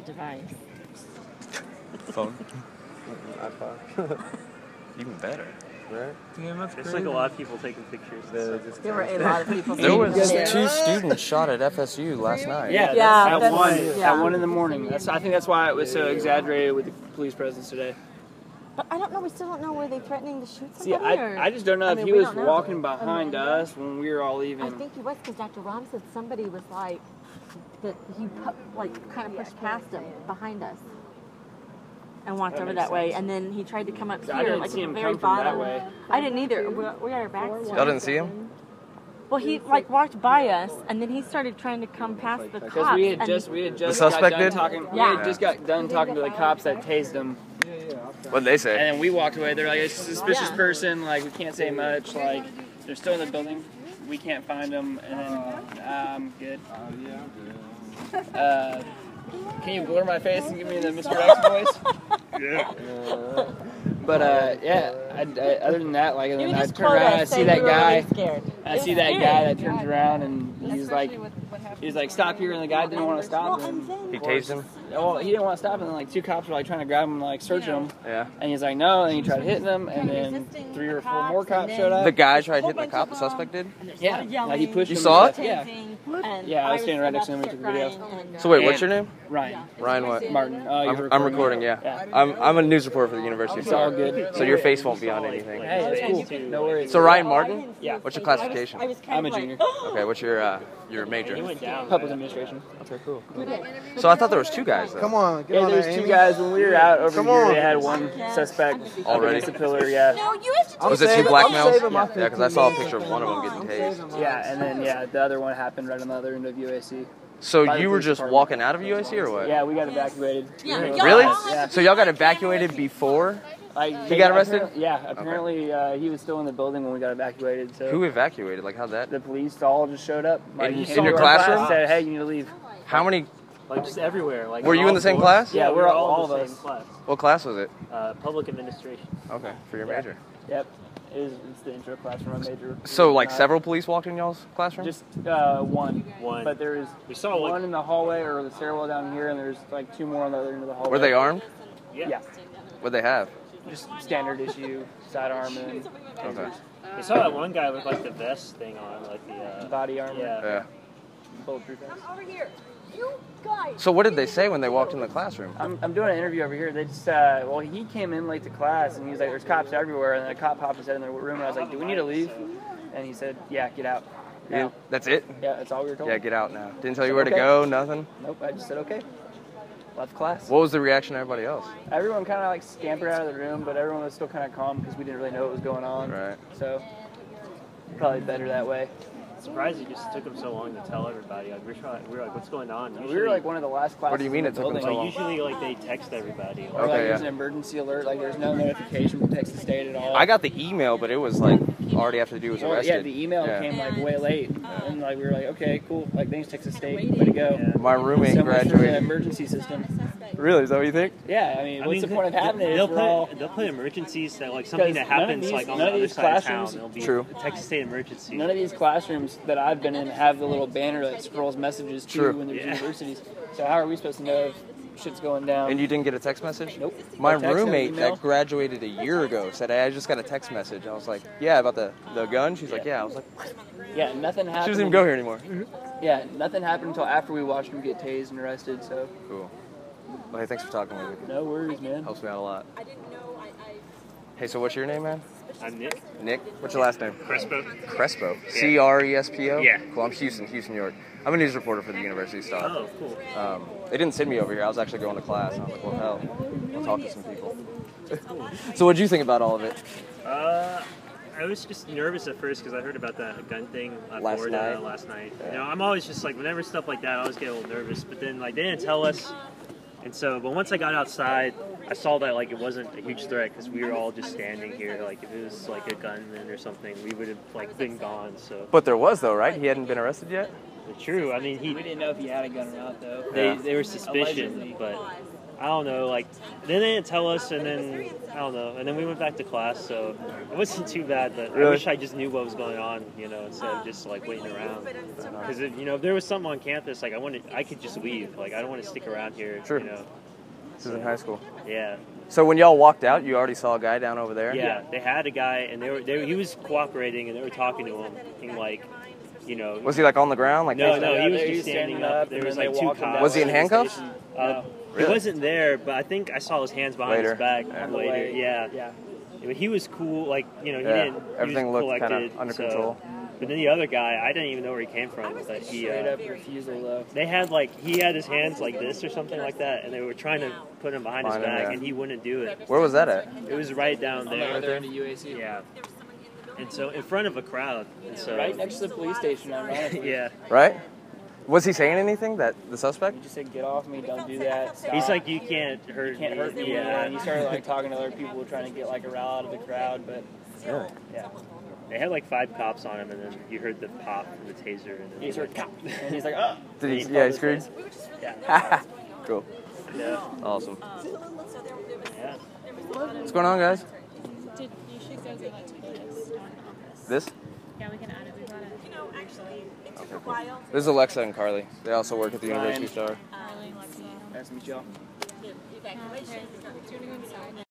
device? Phone? iPod. Even better. right? Damn, that's There's like a lot of people taking pictures. and They stuff. just There were a kinda lot of people. There was Yeah. two students shot at FSU last night. Yeah, Yeah, that's, at that's- one, yeah. at one in the morning. That's, I think that's why it was so exaggerated with the police presence today. But I don't know. We still don't know. Were they threatening to shoot somebody? See, or? I, I just don't know I if mean, he we was don't know. walking behind us when we were all I leaving. think he was because Dr. Rom said somebody was like that. He pu- like kind of pushed past him behind us and walked That over makes that way, sense. and then he tried to come up here, I didn't like see at the him very come from that bottom. way. I didn't either. We, we got our backs to Y'all him. didn't see him? Well, he like walked by us, and then he started trying to come past the cops. Because we had and- just we had just suspect got done did? talking. We Yeah. had just got done talking to the cops that tased him, What'd they and say? then we walked away. They're like, "It's a suspicious Yeah. person. Like, we can't say much. Like, they're still in the building. We can't find them." And then "Ah, I'm good. Uh, can you blur my face and give me the Mr. X voice? But uh, yeah. I, I- other than that, like, and You then would I just turn around, quote and I us, see say that we were guy. really scared. I see that guy that turns around and he's like, Especially with what happened he's like, stop here, and the guy didn't want to stop Well, him. and then He tased him? Well, he didn't want to stop, and then like two cops were like trying to grab him, like search him, Yeah. and he's like, no. And he tried hitting them, and then Resisting three or the four more cops, and cops showed The up. guy tried hitting the cop, the suspect did? Yeah, like he pushed. You him saw and- it? Yeah, Yeah, I was standing right next to him, we took a video. So wait, what's your name? Ryan, Ryan what? Martin. Oh, you're I'm, I'm recording, yeah. Yeah. I'm, I'm a news reporter for the University of It's all Florida. good. So your face won't be on anything. Hey, that's cool. No worries. So Ryan Martin? Yeah. What's your classification? I was kind I'm a of like, "Oh, junior. Okay, what's your uh, your major? Public administration. So I thought there was two guys though. Come on, get Yeah, on there's there, two Amy. guys when we were out over Come here. on. They had one suspect Already? Up against the pillar. Yeah, no, you have to. I'm Was Oh, it two saving- black I'm males? saving my Yeah, because I saw a picture of one of them getting tased. yeah, and then yeah, the other one happened right on the other end of UAC. So you were just walking out of UIC or what? Yeah, we got evacuated. Yeah. We were Yeah. Really? Yeah. So y'all got evacuated before? Like, He got arrested? apparently- Yeah, apparently uh, he was still in the building when we got evacuated. So Who evacuated? Like how'd that? the police all just showed up. Like, In- came in your over to our class, classroom? Said, hey, you need to leave. How many? Like just everywhere. Like Were on you in all the same floors. class? Yeah, Yeah, we're we're all, all the the same same. class. What class was it? Uh, public administration. Okay, for your Yeah. major. Yep, it is, it's the intro classroom. I major. So like Uh, several police walked in y'all's classroom? Just uh, one. One. But there is We saw, like- one in the hallway or the stairwell down here, and there's like two more on the other end of the hallway. Were they armed? Yeah. Yeah, What'd they have? just standard issue sidearm and Okay. I saw that one guy with like the vest thing on, like the uh, body armor. Yeah. Yeah. bulletproof vest. So what did they say when they walked in the classroom? I'm, I'm doing an interview over here. They just, uh, well, he came in late to class and he was like, there's cops everywhere. And then a cop popped his head in the room and I was like, do we need to leave? And he said, yeah, get out. You- Now. That's it? Yeah, that's all we were told. Yeah, get out now. Didn't tell you where to Okay. go, nothing. Nope, I just said, okay. Left class. What was the reaction of everybody else? Everyone kind of like scampered out of the room, but everyone was still kind of calm because we didn't really know what was going on. Right. So, probably better that way. surprise. It just took him so long to tell everybody. Like we're trying, we were like, what's going on? We were like one of the last classes. do you mean in it the took 'em building. so long? like usually like they text everybody. Or, Like, like, Okay, there's yeah. an emergency alert. Like, there's no notification from Texas State at all. I got the email, but it was like already after the e- dude was Well, arrested. yeah, the email Yeah. came like way late, and like we were like, okay, cool, like thanks Texas State, way to go. yeah. My roommate So much for the graduated. emergency system. Really? Is that what you think? Yeah, I mean, I what's mean, the point of having it? They'll if we're play, all- they'll play emergencies that like something that none of happens these- like on none the of other these side of town. classrooms- It'll be True. a Texas State emergency. None of these classrooms that I've been in have the little banner that scrolls messages to True. when there's Yeah. universities. So how are we supposed to know if shit's going down? And you didn't get a text message? Nope. My No text, no roommate email. that graduated a year ago said, "Hey, I just got a text message. I was like, yeah, about the, the gun? She's like, yeah. I was like, yeah, nothing happened. she doesn't even go here anymore. Mm-hmm. Yeah, nothing happened until after we watched him get tased and arrested. So Cool. Well, hey, thanks for talking with me. no worries, man. Helps me out a lot. Hey, so what's your name, man? I'm Nick. Nick? What's your last name? Crespo. Crespo. C R E S P O? Yeah. Cool. I'm Houston, Houston, New York. I'm a news reporter for the University of Stockton. Oh, cool. Um, they didn't send me over here. I was actually going to class. And I was like, well, hell, I'll talk to some people. so, what'd you think about all of it? Uh, I was just nervous at first because I heard about that gun thing at Last Florida night? last night. Yeah. You know, I'm always just like, whenever stuff like that, I always get a little nervous. But then, like, they didn't tell us. And so, but once I got outside, I saw that, like, it wasn't a huge threat because we were all just standing here. Like, if it was, like, a gunman or something, we would have, like, been gone. So, But there was, though, right? He hadn't been arrested yet? but true. I mean, We he, didn't know if he had a gun or not, though. they, Yeah. they were suspicious, Allegedly. but I don't know, like then they didn't tell us, and then I don't know, and then we went back to class, so it wasn't too bad. But I Really? wish I just knew what was going on, you know, instead of just like waiting around. Because if you know, if there was something on campus, like I wanted, I could just leave. Like I don't want to stick around here. Sure. You know, This is in high school. yeah. So when y'all walked out, you already saw a guy down over there. Yeah, they had a guy, and they were, they were he was cooperating, and they were talking to him, and like, you know, Was he like on the ground? Like no, face no, down? he was Yeah, just standing up. There and was then like they two walk him down. cops. Was he in handcuffs? Uh, Really? He wasn't there, but I think I saw his hands behind Later. his back Yeah. later. Yeah. Yeah. But he was cool. Like you know, he Yeah. didn't. he was Everything looked kinda collected, under so- control. But then the other guy, I didn't even know where he came from. But he, Straight uh, up refusal though. they had like he had his hands like this or something like that, and they were trying to put him behind his Behind him, back, yeah. and he wouldn't do it. Where was that at? It was right down there. they're in the UAC. Yeah. And so in front of a crowd. And so Right next to the police station, ironically. yeah. Right? Was he saying anything? That the suspect? He just said, "Get off me! Don't do that." Stop. He's like, you can't hurt "You can't hurt me." Yeah. And he started like talking to other people, trying to get like a row out of the crowd. But Really? yeah, They had like five cops on him, and then you heard the pop from the taser. And then he's like, like, "Cop," and he's like, "Oh." Did He's he? Yeah, he called screamed. his face. cool. Yeah. Awesome. yeah. What's going on, guys? Did, you should go do that to this. This? Yeah, we can add it. We got it. This is Alexa and Carly. They also work at the Ryan. University Star. Carly, Lexi. Nice to meet y'all. Do you want to go inside?